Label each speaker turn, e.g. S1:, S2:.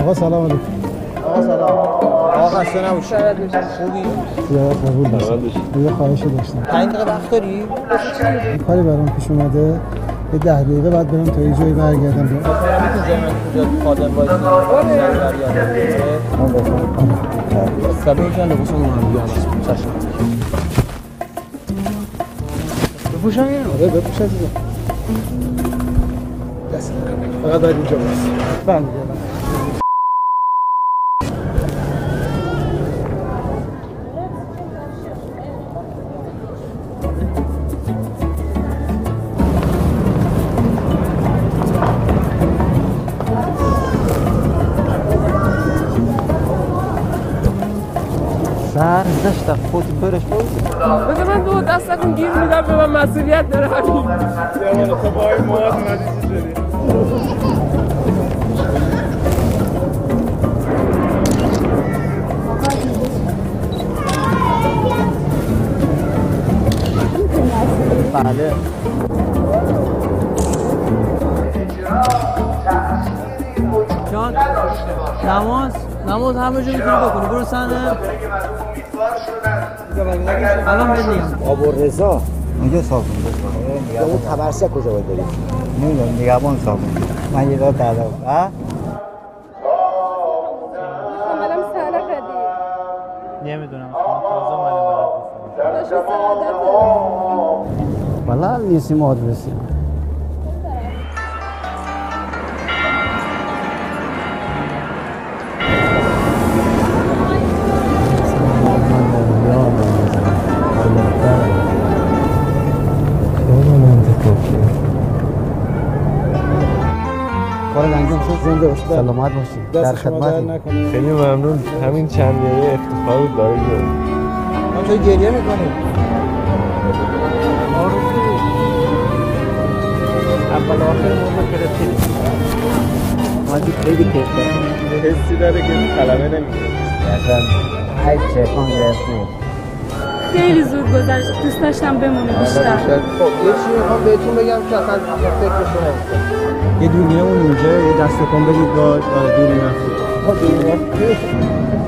S1: آقا سلام علیکم
S2: آقا سلام آقا خسته نباشی خوبی
S1: خدا قبول باشه یه خواهش داشتم
S2: پنج دقیقه وقت داری
S1: یه کاری برام پیش اومده یه ده دقیقه بعد برم تا یه جایی برگردم بیام.
S2: می‌تونی جای من کجا خادم وایسی سلام جان لباس اون هم بیام
S1: بپوشم اینو آره بپوش عزیزم دست نکن. فقط باید اینجا باشه بله، برمیگردم
S2: سر داشتم خود برش
S3: بذار من دو دست نکن گیر میدم به من مسئولیت داره همین
S2: بله جان نماز نماز همه جا میتونی بکنی برو سنه الان بدیم
S4: آبور رضا اونجا صاحب میده اون تبرسه کجا باید بریم نمیدونم نگهبان صاحب میده من یه دار تعلق ها
S5: کاملا سهله قدیم
S2: نمیدونم تازه اومدم
S5: داشتی سعادت
S1: بلد نیستیم آدرسی
S4: کار انجام شد زنده باش سلامت باشی در خدمت
S1: نکنه
S6: خیلی ممنون همین چند دقیقه افتخار بود برای من
S2: ما تو گریه میکنیم اول آخر موضوع کرپتیلی مازی خیلی کیف کرد
S6: حسی داره که کلمه نمیشه
S4: اصلا هیچ چکان گرفتیم
S5: خیلی زود گذشت دوست داشتم بمونه بیشتر
S2: خب یه چیزی میخوام بهتون بگم که اصلا فکرشو نمیکنم
S1: یه دونه اون اونجا یه دست کن بدید با دور میرفت
S2: خب